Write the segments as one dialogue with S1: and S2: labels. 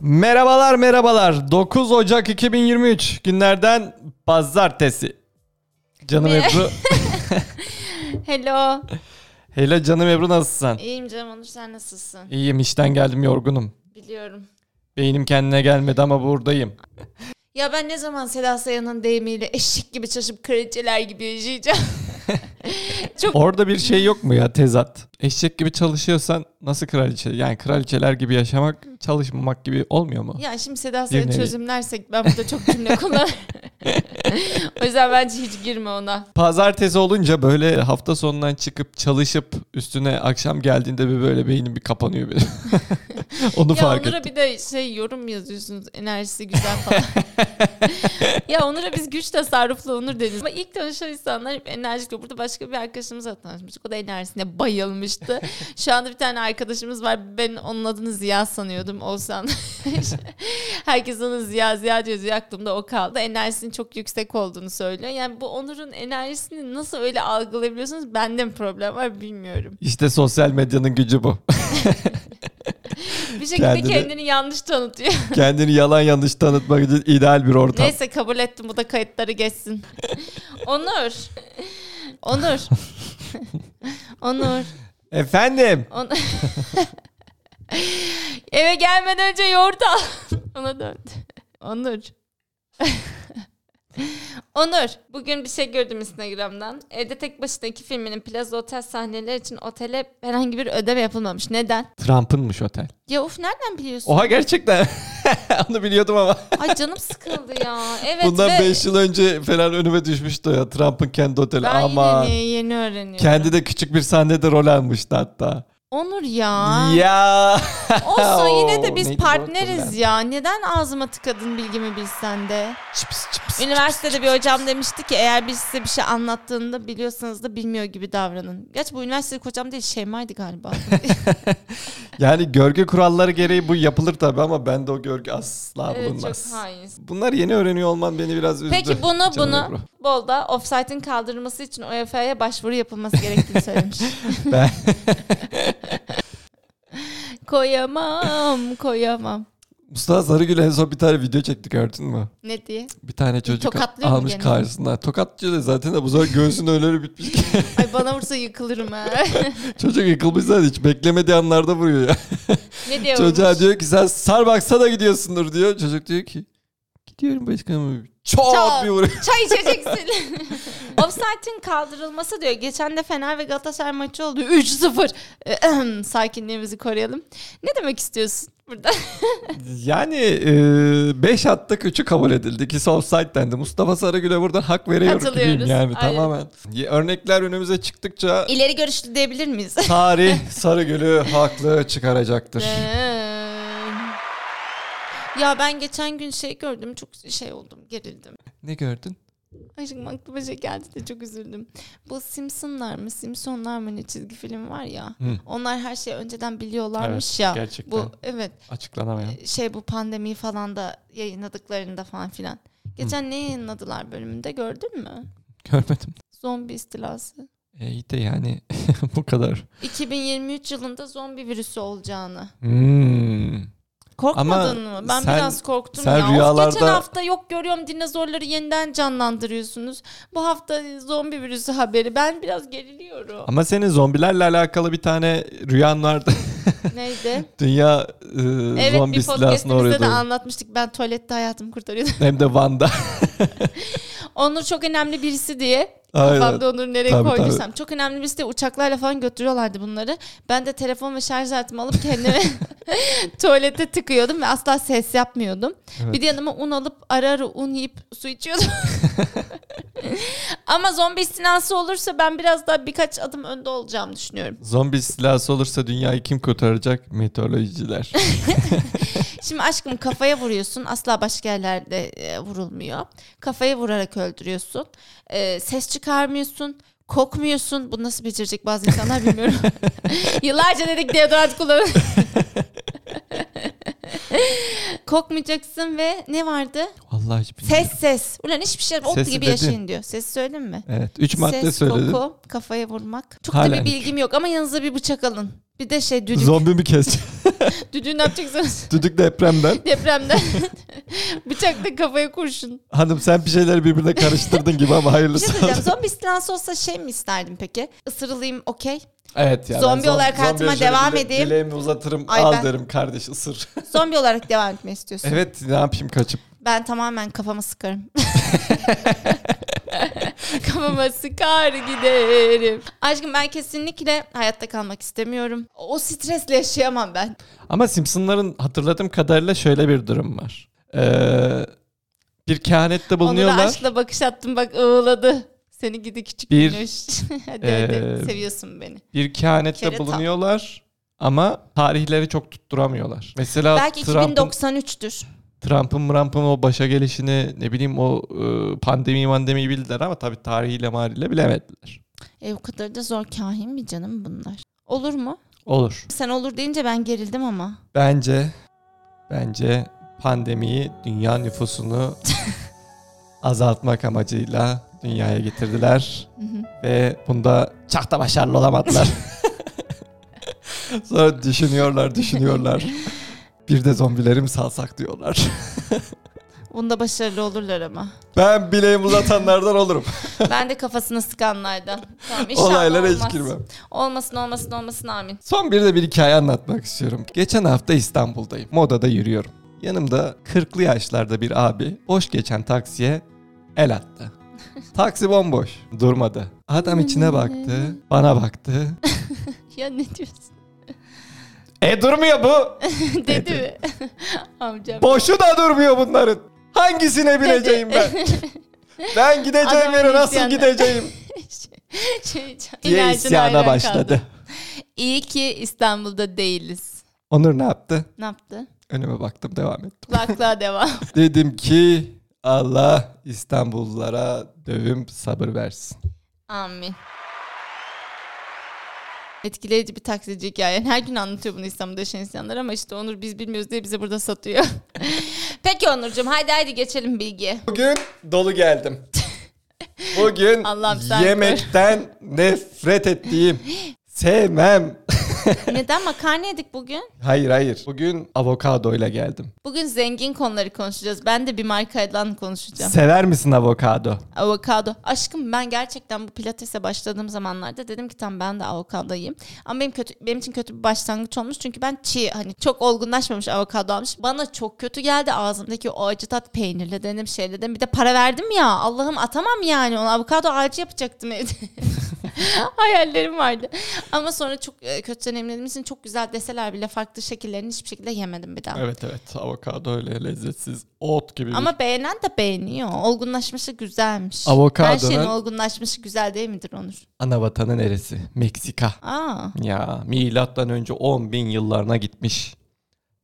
S1: Merhabalar merhabalar. 9 Ocak 2023 günlerden pazartesi. Canım
S2: Mer-
S1: Ebru.
S2: Hello.
S1: Hele canım Ebru nasılsın?
S2: İyiyim canım Onur sen nasılsın?
S1: İyiyim işten geldim yorgunum.
S2: Biliyorum.
S1: Beynim kendine gelmedi ama buradayım.
S2: Ya ben ne zaman Seda Sayan'ın deyimiyle eşik gibi çalışıp kraliçeler gibi yaşayacağım.
S1: Orada bir şey yok mu ya tezat? Eşek gibi çalışıyorsan nasıl kraliçe? Yani kraliçeler gibi yaşamak çalışmamak gibi olmuyor mu?
S2: ya şimdi Seda Sayan'ı
S1: nevi.
S2: çözümlersek ben burada çok cümle kullanırım. o yüzden bence hiç girme ona.
S1: Pazartesi olunca böyle hafta sonundan çıkıp çalışıp üstüne akşam geldiğinde bir böyle beynim bir kapanıyor benim. Onu
S2: ya
S1: fark
S2: Onur'a
S1: ettim.
S2: bir de şey yorum yazıyorsunuz enerjisi güzel falan. ya Onur'a biz güç tasarruflu Onur deniyoruz. Ama ilk tanışan insanlar hep enerjikli. Burada başka bir arkadaşımızla tanışmıştık. O da enerjisine bayılmıştı. Şu anda bir tane arkadaşımız var. Ben onun adını Ziya sanıyordum. Oğuzhan. Herkes ona Ziya Ziya diyor. Ziya aklımda o kaldı. Enerjisinin çok yüksek olduğunu söylüyor. Yani bu Onur'un enerjisini nasıl öyle algılayabiliyorsunuz? Bende mi problem var bilmiyorum.
S1: İşte sosyal medyanın gücü bu.
S2: Bir şekilde
S1: Kendini-
S2: kendini yanlış tanıtıyor.
S1: Kendini yalan yanlış tanıtmak için ideal bir ortam.
S2: Neyse kabul ettim bu da kayıtları geçsin. Onur. Onur. Onur.
S1: Efendim.
S2: On- Eve gelmeden önce yoğurt al. Ona döndü. Onur. Onur, bugün bir şey gördüm Instagram'dan. Evde tek başına iki filminin plaza otel sahneleri için otele herhangi bir ödeme yapılmamış. Neden?
S1: Trump'ınmış otel.
S2: Ya uf nereden biliyorsun?
S1: Oha gerçekten. Onu biliyordum ama.
S2: Ay canım sıkıldı ya. Evet
S1: Bundan
S2: ve
S1: 5 yıl önce falan önüme düşmüştü ya. Trump'ın kendi oteli.
S2: ben
S1: Aman.
S2: yine yeni öğreniyorum.
S1: Kendi de küçük bir sahnede rol almıştı hatta.
S2: Onur ya.
S1: Ya.
S2: Olsun yine de biz
S1: Neydi bu
S2: partneriz
S1: otel?
S2: ya. Neden ağzıma tıkadın bilgimi bilsen de.
S1: Çıps, çıps.
S2: Üniversitede bir hocam demişti ki eğer bir size bir şey anlattığında biliyorsanız da bilmiyor gibi davranın. Gerçi bu üniversitedeki hocam değil Şeyma'ydı galiba.
S1: Yani görgü kuralları gereği bu yapılır tabii ama bende o görgü asla
S2: evet çok
S1: bulunmaz.
S2: hain.
S1: Bunlar yeni öğreniyor olman beni biraz üzdü.
S2: Peki bunu
S1: Canım Ebru.
S2: bunu Bolda offside'in kaldırılması için UEFA'ya başvuru yapılması gerektiğini söylemiş.
S1: Ben-
S2: koyamam, koyamam.
S1: Mustafa Sarıgül en son bir tane video çekti gördün mü?
S2: Ne diye?
S1: Bir tane çocuk
S2: tokatlıyor mu
S1: almış
S2: gene?
S1: karşısına. Tokatlıyor da zaten de bu sefer göğsünün ölüleri bitmiş.
S2: Ay bana vursa yıkılırım ha.
S1: çocuk yıkılmış zaten hiç beklemediği anlarda vuruyor ya.
S2: ne diyor?
S1: Çocuğa diyor ki sen Starbucks'a da gidiyorsundur diyor. Çocuk diyor ki gidiyorum başkanım. Çok,
S2: Çat.
S1: bir vuruyor.
S2: Çay içeceksin. Offside'in kaldırılması diyor. Geçen de Fener ve Galatasaray maçı oldu. 3-0. Ehem, Sakinliğimizi koruyalım. Ne demek istiyorsun burada?
S1: Yani 5 hatta küçük kabul edildi. İkisi offside dendi. Mustafa Sarıgül'e buradan hak veriyor gibiyim
S2: Katılıyoruz.
S1: yani
S2: Aynen.
S1: tamamen. Y- Örnekler önümüze çıktıkça
S2: İleri görüşlü diyebilir miyiz?
S1: tarih Sarıgül'ü haklı çıkaracaktır.
S2: ya ben geçen gün şey gördüm. Çok şey oldum. Gerildim.
S1: ne gördün?
S2: Aşkım aklıma şey geldi de çok üzüldüm. Bu Simpsonlar mı Simpsonlar mı ne çizgi film var ya.
S1: Hı.
S2: Onlar her şeyi önceden biliyorlarmış ya.
S1: gerçekten.
S2: Bu evet
S1: Açıklanamayan.
S2: şey bu pandemiyi falan da yayınladıklarında falan filan. Geçen ne yayınladılar bölümünde gördün mü?
S1: Görmedim.
S2: Zombi istilası.
S1: E, iyi de yani bu kadar.
S2: 2023 yılında zombi virüsü olacağını.
S1: Hmm.
S2: Korkmadın
S1: Ama
S2: mı? Ben
S1: sen-
S2: biraz korktum
S1: sen
S2: ya. Of, geçen
S1: rüyalarda-
S2: hafta yok görüyorum dinozorları yeniden canlandırıyorsunuz. Bu hafta zombi virüsü haberi. Ben biraz geriliyorum.
S1: Ama senin zombilerle alakalı bir tane rüyan vardı.
S2: Neydi?
S1: Dünya e,
S2: Evet
S1: zombi
S2: bir
S1: istilasına
S2: podcastimizde
S1: uğradı.
S2: de anlatmıştık. Ben tuvalette hayatımı kurtarıyordum.
S1: Hem de Van'da.
S2: Onur çok önemli birisi diye
S1: Aynen.
S2: Kafamda Onur'u nereye
S1: Tabii,
S2: koyduysam. Çok önemli birisi de uçaklarla falan götürüyorlardı bunları. Ben de telefon ve şarj aletimi alıp kendime tuvalete tıkıyordum ve asla ses yapmıyordum.
S1: Evet.
S2: Bir de yanıma un alıp ara ara un yiyip su içiyordum. Ama zombi istilası olursa ben biraz daha birkaç adım önde olacağımı düşünüyorum.
S1: Zombi istilası olursa dünyayı kim kurtaracak? Meteorolojiciler.
S2: Şimdi aşkım kafaya vuruyorsun asla başka yerlerde e, vurulmuyor. Kafaya vurarak öldürüyorsun. E, ses çıkarmıyorsun. Kokmuyorsun. Bunu nasıl becerecek bazı insanlar bilmiyorum. Yıllarca dedik deodorant kullanın. Kokmayacaksın ve ne vardı?
S1: Vallahi hiç bilmiyorum.
S2: Ses ses. Ulan hiçbir şey ot
S1: Sesi
S2: gibi
S1: dedin.
S2: yaşayın diyor. Ses söyleyeyim mi?
S1: Evet. Üç madde
S2: ses,
S1: söyledin.
S2: koku, kafaya vurmak. Çok
S1: Halen
S2: da bir bilgim yok ama yanınıza bir bıçak alın. Bir de şey düdük.
S1: Zombi mi keseceğiz?
S2: Düdüğü ne yapacaksınız?
S1: Düdük depremden.
S2: Depremden bıçakla kafaya kurşun.
S1: Hanım sen bir şeyleri birbirine karıştırdın gibi ama
S2: Bir şey
S1: hayırlısı
S2: söyleyeceğim.
S1: olsun.
S2: Zombi istilası olsa şey mi isterdim peki? Isırılayım okey.
S1: Evet ya. ben
S2: Zombi
S1: zom-
S2: olarak
S1: zombiye
S2: hayatıma
S1: şöyle
S2: devam
S1: bile-
S2: edeyim.
S1: Bileğimi uzatırım
S2: Ay
S1: al
S2: ben-
S1: derim kardeş ısır.
S2: Zombi olarak devam etme istiyorsun.
S1: evet ne yapayım kaçıp.
S2: Ben tamamen kafama sıkarım. kafama sıkar giderim. Aşkım ben kesinlikle hayatta kalmak istemiyorum. O stresle yaşayamam ben.
S1: Ama Simpsonların hatırladığım kadarıyla şöyle bir durum var. Ee, bir kehanette
S2: Onur'a
S1: bulunuyorlar.
S2: aşkla bakış attım bak ağladı. Seni gidi küçük
S1: Bir,
S2: bir, hadi hadi
S1: eee,
S2: seviyorsun beni.
S1: Bir kehanette
S2: Kerata.
S1: bulunuyorlar ama tarihleri çok tutturamıyorlar. Mesela
S2: Belki
S1: Trump'ın
S2: 2093'tür.
S1: Trump'ın Mramp'ın o başa gelişini ne bileyim o e, pandemi mandemiyi bildiler ama tabii tarihiyle mariyle bilemediler.
S2: E o kadar da zor kahin mi canım bunlar? Olur mu?
S1: Olur.
S2: Sen olur deyince ben gerildim ama.
S1: Bence bence pandemiyi dünya nüfusunu azaltmak amacıyla dünyaya getirdiler
S2: Hı hı.
S1: ve bunda çok da başarılı olamadılar. Sonra düşünüyorlar, düşünüyorlar. Bir de zombileri mi salsak diyorlar.
S2: Bunda başarılı olurlar ama.
S1: Ben bileğimi uzatanlardan olurum.
S2: ben de kafasını sıkanlardan. Tamam, inşallah
S1: Olaylara hiç
S2: olmaz.
S1: girmem.
S2: Olmasın olmasın olmasın amin.
S1: Son bir de bir hikaye anlatmak istiyorum. Geçen hafta İstanbul'dayım. Moda'da yürüyorum. Yanımda 40'lı yaşlarda bir abi boş geçen taksiye el attı. Taksi bomboş. Durmadı. Adam içine baktı. Bana baktı.
S2: Ya ne diyorsun?
S1: E durmuyor bu.
S2: Dedi mi? Amcam.
S1: Boşu da durmuyor bunların. Hangisine bineceğim ben? Ben gideceğim
S2: Adamın
S1: yere nasıl
S2: isyanı.
S1: gideceğim?
S2: şey, şey,
S1: Diye
S2: inancına
S1: isyana
S2: hayran
S1: başladı.
S2: kaldım. İyi ki İstanbul'da değiliz.
S1: Onur ne yaptı?
S2: Ne yaptı?
S1: Önüme baktım devam ettim.
S2: Kulaklığa devam.
S1: Dedim ki Allah İstanbullulara dövüm sabır versin.
S2: Amin. Etkileyici bir taksici hikayen. Her gün anlatıyor bunu İstanbul'da yaşayan insanlar ama işte Onur biz bilmiyoruz diye bize burada satıyor. Peki Onurcuğum haydi haydi geçelim bilgiye.
S1: Bugün dolu geldim. Bugün
S2: Allah'ım sen
S1: yemekten nefret ettiğim, sevmem.
S2: Neden makarna yedik bugün?
S1: Hayır hayır. Bugün avokadoyla geldim.
S2: Bugün zengin konuları konuşacağız. Ben de bir markayla konuşacağım.
S1: Sever misin avokado?
S2: Avokado. Aşkım ben gerçekten bu pilatese başladığım zamanlarda dedim ki tam ben de avokadoyum. Ama benim kötü benim için kötü bir başlangıç olmuş çünkü ben çiğ hani çok olgunlaşmamış avokado almış. Bana çok kötü geldi ağzımdaki o acı tat peynirle dedim şeyle dedim. Bir de para verdim ya Allah'ım atamam yani onu avokado ağacı yapacaktım evde. Hayallerim vardı. Ama sonra çok e, kötü deneyimlediğim için çok güzel deseler bile farklı şekillerini hiçbir şekilde yemedim bir daha.
S1: Evet evet avokado öyle lezzetsiz ot gibi bir
S2: Ama beğenen de beğeniyor. Olgunlaşması güzelmiş. Her
S1: Avokadonun-
S2: şeyin olgunlaşması güzel değil midir Onur?
S1: ana vatanı neresi? Meksika.
S2: Aa.
S1: Ya milattan önce 10 bin yıllarına gitmiş.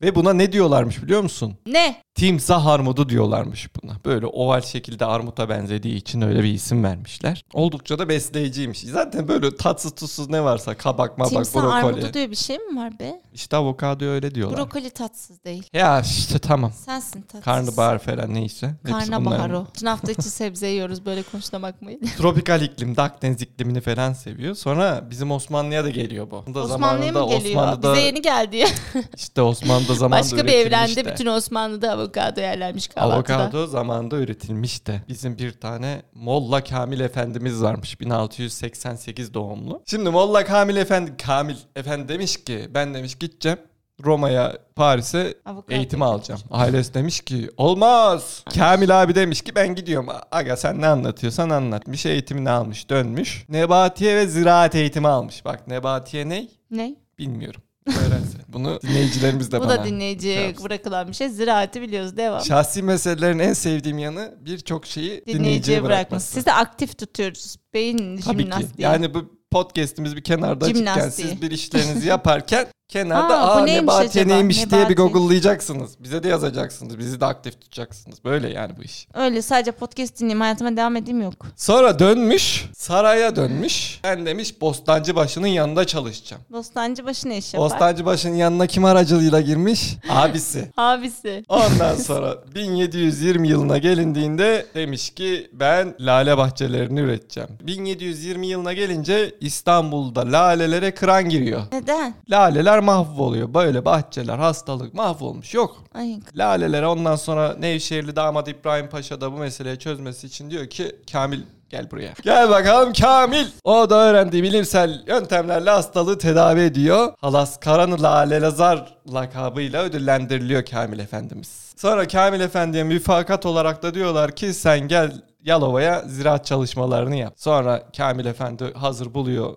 S1: Ve buna ne diyorlarmış biliyor musun?
S2: Ne?
S1: Timsah armudu diyorlarmış buna. Böyle oval şekilde armuta benzediği için öyle bir isim vermişler. Oldukça da besleyiciymiş. Zaten böyle tatsız tuzsuz ne varsa kabak mabak
S2: Timsah
S1: brokoli.
S2: armudu diyor bir şey mi var be?
S1: İşte avokado öyle diyorlar.
S2: Brokoli tatsız değil.
S1: ya işte tamam.
S2: Sensin tatsız.
S1: Karnabahar falan neyse. Hepsi
S2: Karnabahar
S1: bunların-
S2: o. Bütün hafta içi sebze yiyoruz böyle konuşuna bakmayın.
S1: Tropikal iklim, Akdeniz iklimini falan seviyor. Sonra bizim Osmanlı'ya da geliyor bu. Bunda
S2: Osmanlı'ya mı
S1: zamanında
S2: geliyor?
S1: Osmanlı'da
S2: Bize yeni geldi ya.
S1: işte Osmanlı'da zamanında
S2: Başka bir evrende
S1: üretilmiş de.
S2: bütün Osmanlı'da avokado yerlermiş kahvaltıda.
S1: Avokado zamanında üretilmiş de. Bizim bir tane Molla Kamil Efendimiz varmış. 1688 doğumlu. Şimdi Molla Kamil Efendi Kamil Efendi demiş ki ben demiş gideceğim Roma'ya, Paris'e
S2: Avokado
S1: eğitim alacağım. Ailesi demiş ki olmaz. Kamil abi demiş ki ben gidiyorum. Aga sen ne anlatıyorsan anlatmış. Eğitimini almış, dönmüş. Nebatiye ve ziraat eğitimi almış. Bak Nebatiye ne?
S2: Ne?
S1: Bilmiyorum. Öğrensin. Bunu dinleyicilerimiz de
S2: Bu
S1: bana.
S2: da
S1: şey
S2: dinleyiciye
S1: yapsın.
S2: bırakılan bir şey. Ziraati biliyoruz. Devam.
S1: Şahsi meselelerin en sevdiğim yanı birçok şeyi
S2: dinleyiciye
S1: dinleyiciye
S2: bırakması.
S1: bırakması.
S2: Siz de aktif tutuyoruz. Beyin
S1: Tabii ki.
S2: jimnastiği.
S1: Yani bu podcast'imiz bir kenarda açıkken
S2: Jimnastiği.
S1: siz bir işlerinizi yaparken Kenarda
S3: Aa, bu
S1: aa,
S3: neymiş
S1: Nebati
S3: acaba?
S1: neymiş diye bir
S2: Nebati.
S1: google'layacaksınız. Bize de yazacaksınız. Bizi de aktif tutacaksınız. Böyle yani bu iş.
S2: Öyle sadece podcast dinleyeyim hayatıma devam edeyim yok.
S1: Sonra dönmüş. Saraya dönmüş. Ben demiş Bostancıbaşı'nın yanında çalışacağım.
S2: Bostancıbaşı ne iş yapar?
S1: Bostancıbaşı'nın yanına kim aracılığıyla girmiş? Abisi.
S3: Abisi.
S1: Ondan sonra 1720 yılına gelindiğinde demiş ki ben lale bahçelerini üreteceğim. 1720 yılına gelince İstanbul'da lalelere kıran giriyor.
S2: Neden?
S1: Laleler mahvoluyor. Böyle bahçeler hastalık mahvolmuş. Yok.
S2: Ay
S1: Lalelere ondan sonra Nevşehirli damat İbrahim Paşa da bu meseleyi çözmesi için diyor ki Kamil gel buraya. Gel bakalım Kamil. O da öğrendiği bilimsel yöntemlerle hastalığı tedavi ediyor. Halas Karan Lale Lazar lakabıyla ödüllendiriliyor Kamil Efendimiz. Sonra Kamil Efendi'ye müfakat olarak da diyorlar ki sen gel Yalova'ya ziraat çalışmalarını yap. Sonra Kamil Efendi hazır buluyor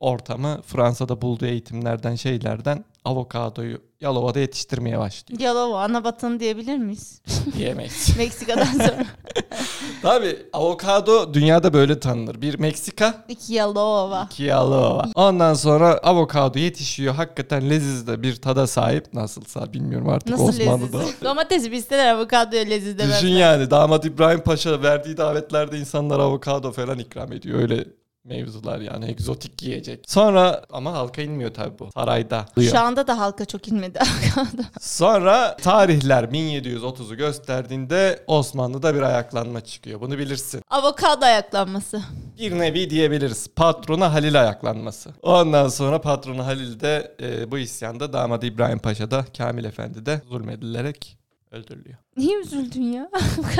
S1: ortamı. Fransa'da bulduğu eğitimlerden şeylerden avokadoyu Yalova'da yetiştirmeye başlıyor.
S2: Yalova ana vatanı diyebilir miyiz?
S1: Yemeyiz.
S2: Meksika'dan sonra.
S1: Tabii avokado dünyada böyle tanınır. Bir Meksika,
S2: İki Yalova.
S1: iki Yalova. Ondan sonra avokado yetişiyor. Hakikaten leziz de bir tada sahip. Nasılsa bilmiyorum artık
S2: Nasıl
S1: Osmanlı'da.
S2: leziz?
S3: Domatesi bilseler avokadoya leziz demez.
S1: Düşün yani damat İbrahim Paşa verdiği davetlerde insanlara avokado falan ikram ediyor. Öyle mevzular yani egzotik yiyecek. Sonra ama halka inmiyor tabii bu. Sarayda.
S2: Şu anda da halka çok inmedi avokado.
S1: Sonra tarihler 1730'u gösterdiğinde Osmanlı'da bir ayaklanma çıkıyor. Bunu bilirsin.
S3: Avokado ayaklanması.
S1: bir nevi diyebiliriz. Patrona Halil ayaklanması. Ondan sonra patronu Halil de e, bu isyanda damadı İbrahim Paşa da Kamil Efendi de zulmedilerek öldürülüyor.
S2: Niye üzüldün ya?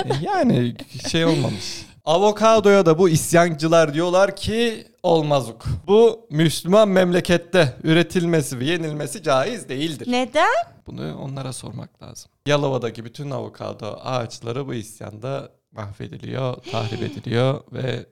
S1: E, yani şey olmamış. Avokadoya da bu isyancılar diyorlar ki olmazuk. Bu Müslüman memlekette üretilmesi ve yenilmesi caiz değildir.
S2: Neden?
S1: Bunu onlara sormak lazım. Yalova'daki bütün avokado ağaçları bu isyanda mahvediliyor, tahrip ediliyor ve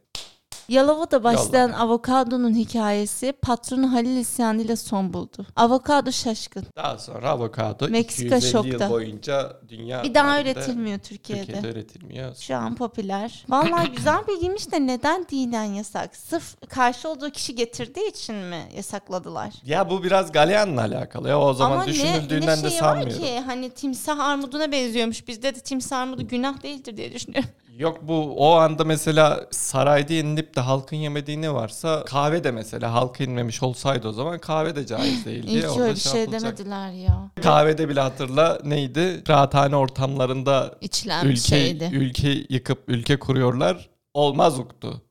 S2: Yalova'da başlayan
S1: Yalova.
S2: avokadonun hikayesi patronu Halil isyanıyla son buldu. Avokado şaşkın.
S1: Daha sonra avokado
S2: Meksika
S1: 250 yıl
S2: şokta.
S1: boyunca dünya
S2: Bir daha
S1: tarihinde
S2: üretilmiyor Türkiye'de.
S1: Türkiye'de üretilmiyor.
S2: Şu an popüler. Vallahi güzel bilgiymiş de neden dinen yasak? Sırf karşı olduğu kişi getirdiği için mi yasakladılar?
S1: Ya bu biraz Galean'la alakalı ya o zaman
S2: Ama ne, ne
S1: düşünüldüğünden
S2: şeyi
S1: de
S2: var
S1: sanmıyorum.
S2: ki hani timsah armuduna benziyormuş. Bizde de timsah armudu günah değildir diye düşünüyorum.
S1: Yok bu o anda mesela sarayda yenilip de halkın yemediği ne varsa kahve de mesela halka inmemiş olsaydı o zaman kahve de caiz değildi.
S2: İyi ki
S1: Orada
S2: öyle bir şey
S1: yapılacak.
S2: demediler ya.
S1: Kahvede bile hatırla neydi? Rahathane ortamlarında
S3: İçilen bir
S1: ülke
S3: şeydi.
S1: ülke yıkıp ülke kuruyorlar. Olmaz uktu.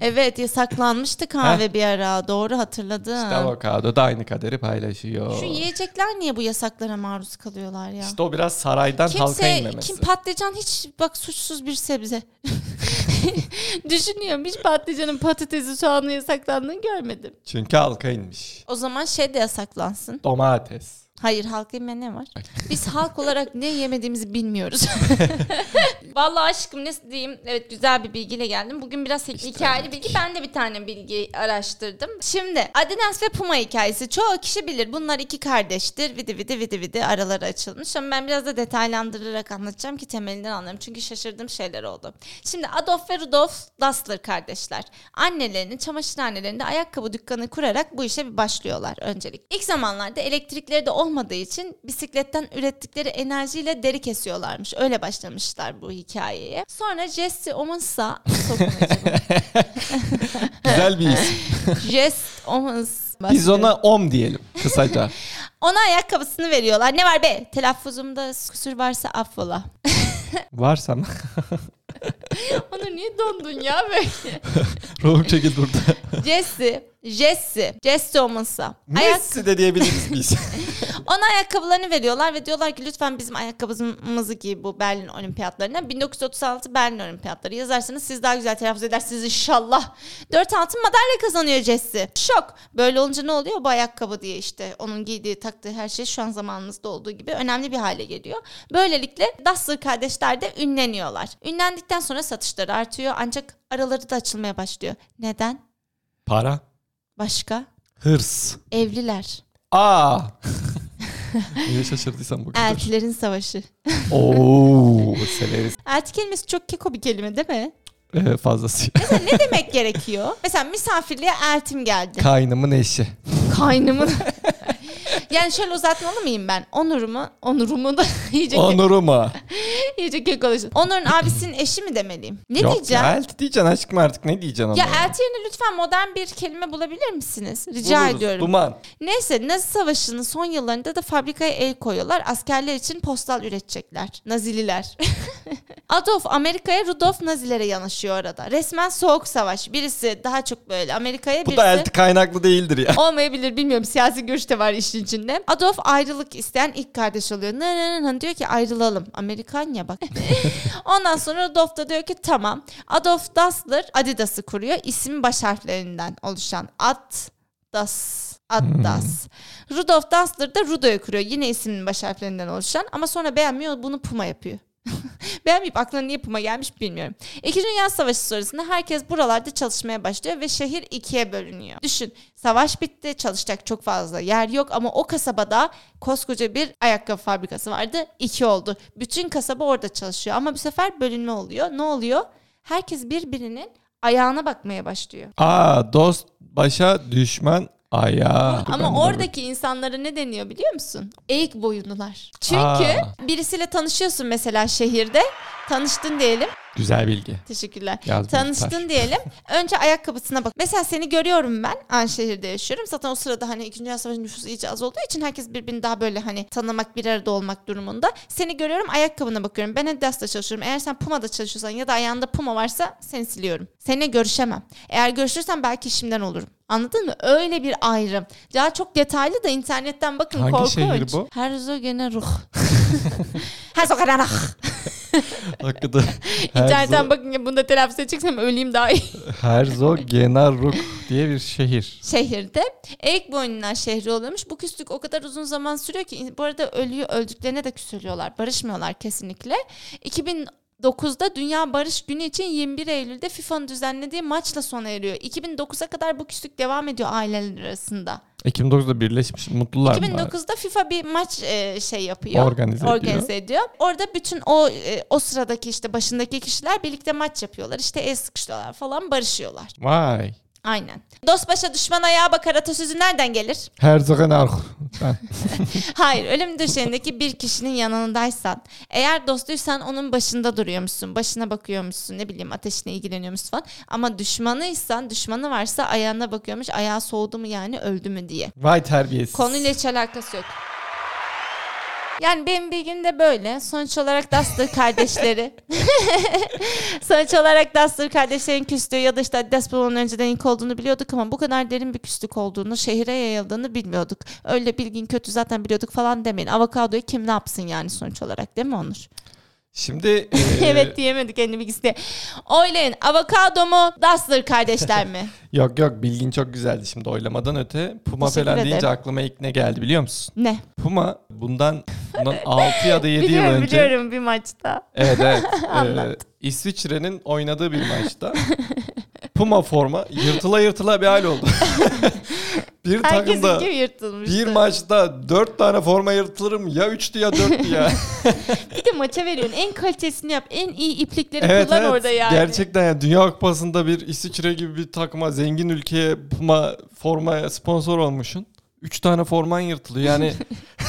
S2: Evet yasaklanmıştı kahve bir ara. Doğru hatırladın.
S1: İşte avokado da aynı kaderi paylaşıyor.
S2: Şu yiyecekler niye bu yasaklara maruz kalıyorlar ya?
S1: İşte o biraz saraydan halka
S2: Kimse
S1: inmemesi.
S2: kim patlıcan hiç bak suçsuz bir sebze.
S3: Düşünüyorum hiç patlıcanın patatesi soğanı yasaklandığını görmedim.
S1: Çünkü halka inmiş.
S2: O zaman şey de yasaklansın.
S1: Domates.
S2: Hayır halk yeme ne var?
S3: Biz halk olarak ne yemediğimizi bilmiyoruz. Vallahi aşkım ne diyeyim? Evet güzel bir bilgiyle geldim. Bugün biraz
S1: hikayeli
S3: bilgi. Ben de bir tane bilgi araştırdım.
S2: Şimdi Adidas ve Puma hikayesi çoğu kişi bilir. Bunlar iki kardeştir. Vidi vidi vidi vidi araları açılmış. Ama ben biraz da detaylandırarak anlatacağım ki temelinden anlarım. Çünkü şaşırdığım şeyler oldu. Şimdi Adolf ve Rudolf Dassler kardeşler. Annelerinin çamaşırhanelerinde ayakkabı dükkanı kurarak bu işe bir başlıyorlar öncelik. İlk zamanlarda elektrikleri de olmadığı için bisikletten ürettikleri enerjiyle deri kesiyorlarmış. Öyle başlamışlar bu hikayeye. Sonra Jesse Owens'a sokun acaba.
S1: Güzel bir isim.
S2: Jesse Owens.
S1: Biz
S2: bahsediyorum.
S1: ona om diyelim kısaca.
S2: Ona ayakkabısını veriyorlar. Ne var be? Telaffuzumda kusur varsa affola.
S1: Varsa mı?
S3: Onu niye dondun ya böyle?
S1: Ruhum çekil burada.
S2: Jesse, Jesse, Jesse olmasa. Ayak,
S1: Messi de diyebiliriz biz.
S2: ona ayakkabılarını veriyorlar ve diyorlar ki lütfen bizim ayakkabımızı giy bu Berlin Olimpiyatlarına. 1936 Berlin Olimpiyatları yazarsanız siz daha güzel telaffuz edersiniz inşallah. 4 altın madalya kazanıyor Jesse. Şok. Böyle olunca ne oluyor? Bu ayakkabı diye işte onun giydiği taktığı her şey şu an zamanımızda olduğu gibi önemli bir hale geliyor. Böylelikle Dassler kardeşler de ünleniyorlar. Ünlendikten sonra satışları artıyor ancak araları da açılmaya başlıyor. Neden?
S1: Para.
S2: Başka?
S1: Hırs.
S2: Evliler.
S1: Aa. Niye şaşırdıysam
S2: Er.
S1: bu kadar.
S2: Eltilerin savaşı.
S1: Oo, severiz.
S2: Elti kelimesi çok keko bir kelime değil mi?
S1: Ee, fazlası.
S2: Mesela ne demek gerekiyor? Mesela misafirliğe eltim geldi.
S1: Kaynımın eşi.
S3: Kaynımın.
S2: Yani şöyle uzatmalı mıyım ben? Onurumu, onurumu da iyice,
S1: Onuruma.
S2: iyice kekolaşın. Onur'un abisinin eşi mi demeliyim? Ne
S1: Yok,
S2: diyeceğim?
S1: Elti diyeceksin aşkım artık ne diyeceksin ona?
S2: Ya elti yerine lütfen modern bir kelime bulabilir misiniz? Rica
S1: Buluruz,
S2: ediyorum.
S1: Duman.
S2: Neyse Nazi Savaşı'nın son yıllarında da fabrikaya el koyuyorlar. Askerler için postal üretecekler. Nazililer. Adolf Amerika'ya Rudolf Nazilere yanaşıyor arada. Resmen soğuk savaş. Birisi daha çok böyle Amerika'ya
S1: Bu
S2: birisi...
S1: da elti kaynaklı değildir ya.
S2: Olmayabilir bilmiyorum siyasi görüş de var işin içinde. Adolf ayrılık isteyen ilk kardeş oluyor. Nı nı nı nı diyor ki ayrılalım. Amerikan ya bak. Ondan sonra Adolf da diyor ki tamam. Adolf Dassler Adidas'ı kuruyor. İsmi baş harflerinden oluşan At Das. Addas. Rudolf Dassler da Rudo'yu kuruyor. Yine isminin baş harflerinden oluşan ama sonra beğenmiyor bunu Puma yapıyor. Beğenmeyip aklına niye Puma gelmiş bilmiyorum. İkinci Dünya Savaşı sonrasında herkes buralarda çalışmaya başlıyor ve şehir ikiye bölünüyor. Düşün savaş bitti çalışacak çok fazla yer yok ama o kasabada koskoca bir ayakkabı fabrikası vardı iki oldu. Bütün kasaba orada çalışıyor ama bu sefer bölünme oluyor. Ne oluyor? Herkes birbirinin ayağına bakmaya başlıyor.
S1: Aa dost başa düşman ayağa. Dur ben de
S4: Ama
S1: bakayım.
S4: oradaki insanlara ne deniyor biliyor musun? Eğik boyunlular.
S2: Çünkü
S1: Aa.
S2: birisiyle tanışıyorsun mesela şehirde. Tanıştın diyelim.
S1: Güzel bilgi.
S2: Teşekkürler.
S1: Yaz bir
S2: Tanıştın
S1: taş.
S2: diyelim. Önce ayakkabısına bak. Mesela seni görüyorum ben. Aynı şehirde yaşıyorum. Zaten o sırada hani 2. Dünya Savaşı nüfusu iyice az olduğu için herkes birbirini daha böyle hani tanımak bir arada olmak durumunda. Seni görüyorum ayakkabına bakıyorum. Ben Adidas'ta çalışıyorum. Eğer sen Puma'da çalışıyorsan ya da ayağında Puma varsa seni siliyorum. Seninle görüşemem. Eğer görüşürsem belki işimden olurum. Anladın mı? Öyle bir ayrım. Daha çok detaylı da internetten bakın
S1: Hangi
S2: korkunç.
S1: şehir bu?
S2: Herzogene Ruh. Herzogene Ruh.
S1: Hakikaten.
S4: İnternetten bakın ya bunu da telaffuz edeceksem öleyim daha iyi.
S1: Herzogenaruk diye bir şehir.
S2: şehirde Erik boynundan şehri oluyormuş. Bu küslük o kadar uzun zaman sürüyor ki bu arada ölüyor öldüklerine de küsülüyorlar. Barışmıyorlar kesinlikle. 2009'da Dünya Barış Günü için 21 Eylül'de FIFA'nın düzenlediği maçla sona eriyor. 2009'a kadar bu küslük devam ediyor aileler arasında.
S1: 2009'da birleşmiş mutlular mı?
S2: 2009'da FIFA bir maç e, şey yapıyor.
S1: Organize ediyor.
S2: organize ediyor. Orada bütün o e, o sıradaki işte başındaki kişiler birlikte maç yapıyorlar. İşte el sıkışıyorlar falan barışıyorlar.
S1: Vay.
S2: Aynen. Dost başa düşman ayağa bakar atasözü nereden gelir?
S1: Herzogenaruk. Ben-
S2: Hayır ölüm döşeğindeki bir kişinin yanındaysan eğer dostuysan onun başında duruyormuşsun başına bakıyormuşsun ne bileyim ateşine ilgileniyormuşsun falan ama düşmanıysan düşmanı varsa ayağına bakıyormuş ayağı soğudu mu yani öldü mü diye.
S1: Vay terbiyesiz.
S2: Konuyla hiç alakası yok. Yani benim bilgim de böyle. Sonuç olarak Duster kardeşleri. Sonuç olarak Duster kardeşlerin küstüğü ya da işte Despot'un önceden ilk olduğunu biliyorduk ama bu kadar derin bir küslük olduğunu, şehire yayıldığını bilmiyorduk. Öyle bilgin kötü zaten biliyorduk falan demeyin. Avokadoyu kim ne yapsın yani sonuç olarak değil mi Onur?
S1: Ee, Şimdi e,
S2: evet diyemedik kendi bilgisine. Oylayın avokado mu Duster kardeşler mi?
S1: yok yok bilgin çok güzeldi şimdi oylamadan öte. Puma
S2: Teşekkür
S1: falan
S2: ederim.
S1: deyince aklıma ilk ne geldi biliyor musun?
S2: ne?
S1: Puma bundan, bundan 6 ya da 7 yıl
S2: Biliyorum
S1: önce.
S2: biliyorum bir maçta.
S1: Evet evet. Ee, İsviçre'nin oynadığı bir maçta Puma forma yırtıla yırtıla bir hal oldu. bir
S2: Herkesin
S1: takımda
S2: gibi yırtılmıştı.
S1: bir maçta dört tane forma yırtılırım ya üçtü ya dörttü ya.
S4: Bir de maça veriyorsun. En kalitesini yap. En iyi iplikleri
S1: evet
S4: kullan
S1: evet.
S4: orada yani.
S1: Gerçekten yani Dünya Kupası'nda bir İsviçre gibi bir takıma zengin ülkeye Puma forma sponsor olmuşsun. Üç tane forman yırtılıyor yani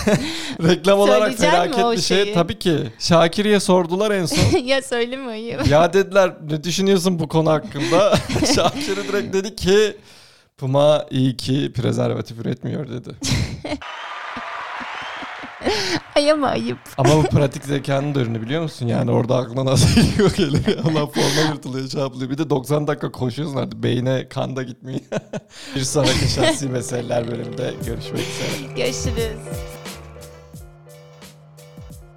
S1: reklam olarak
S4: Söyleyecek mi
S1: felaket
S4: o
S1: bir şey
S4: şeyi?
S1: tabii ki. Şakir'e sordular en son.
S4: ya söyleme ayıp.
S1: Ya dediler ne düşünüyorsun bu konu hakkında? Şakir'i direkt dedi ki Puma iyi ki prezervatif üretmiyor dedi.
S4: Ay ama ayıp.
S1: Ama bu pratik zekanın da ürünü biliyor musun? Yani orada aklına nasıl geliyor gelir. Allah forma yırtılıyor şey yapılıyor. Bir de 90 dakika koşuyorsun artık beyne kan da gitmiyor. Bir sonraki şahsi meseleler bölümde görüşmek üzere.
S4: Görüşürüz.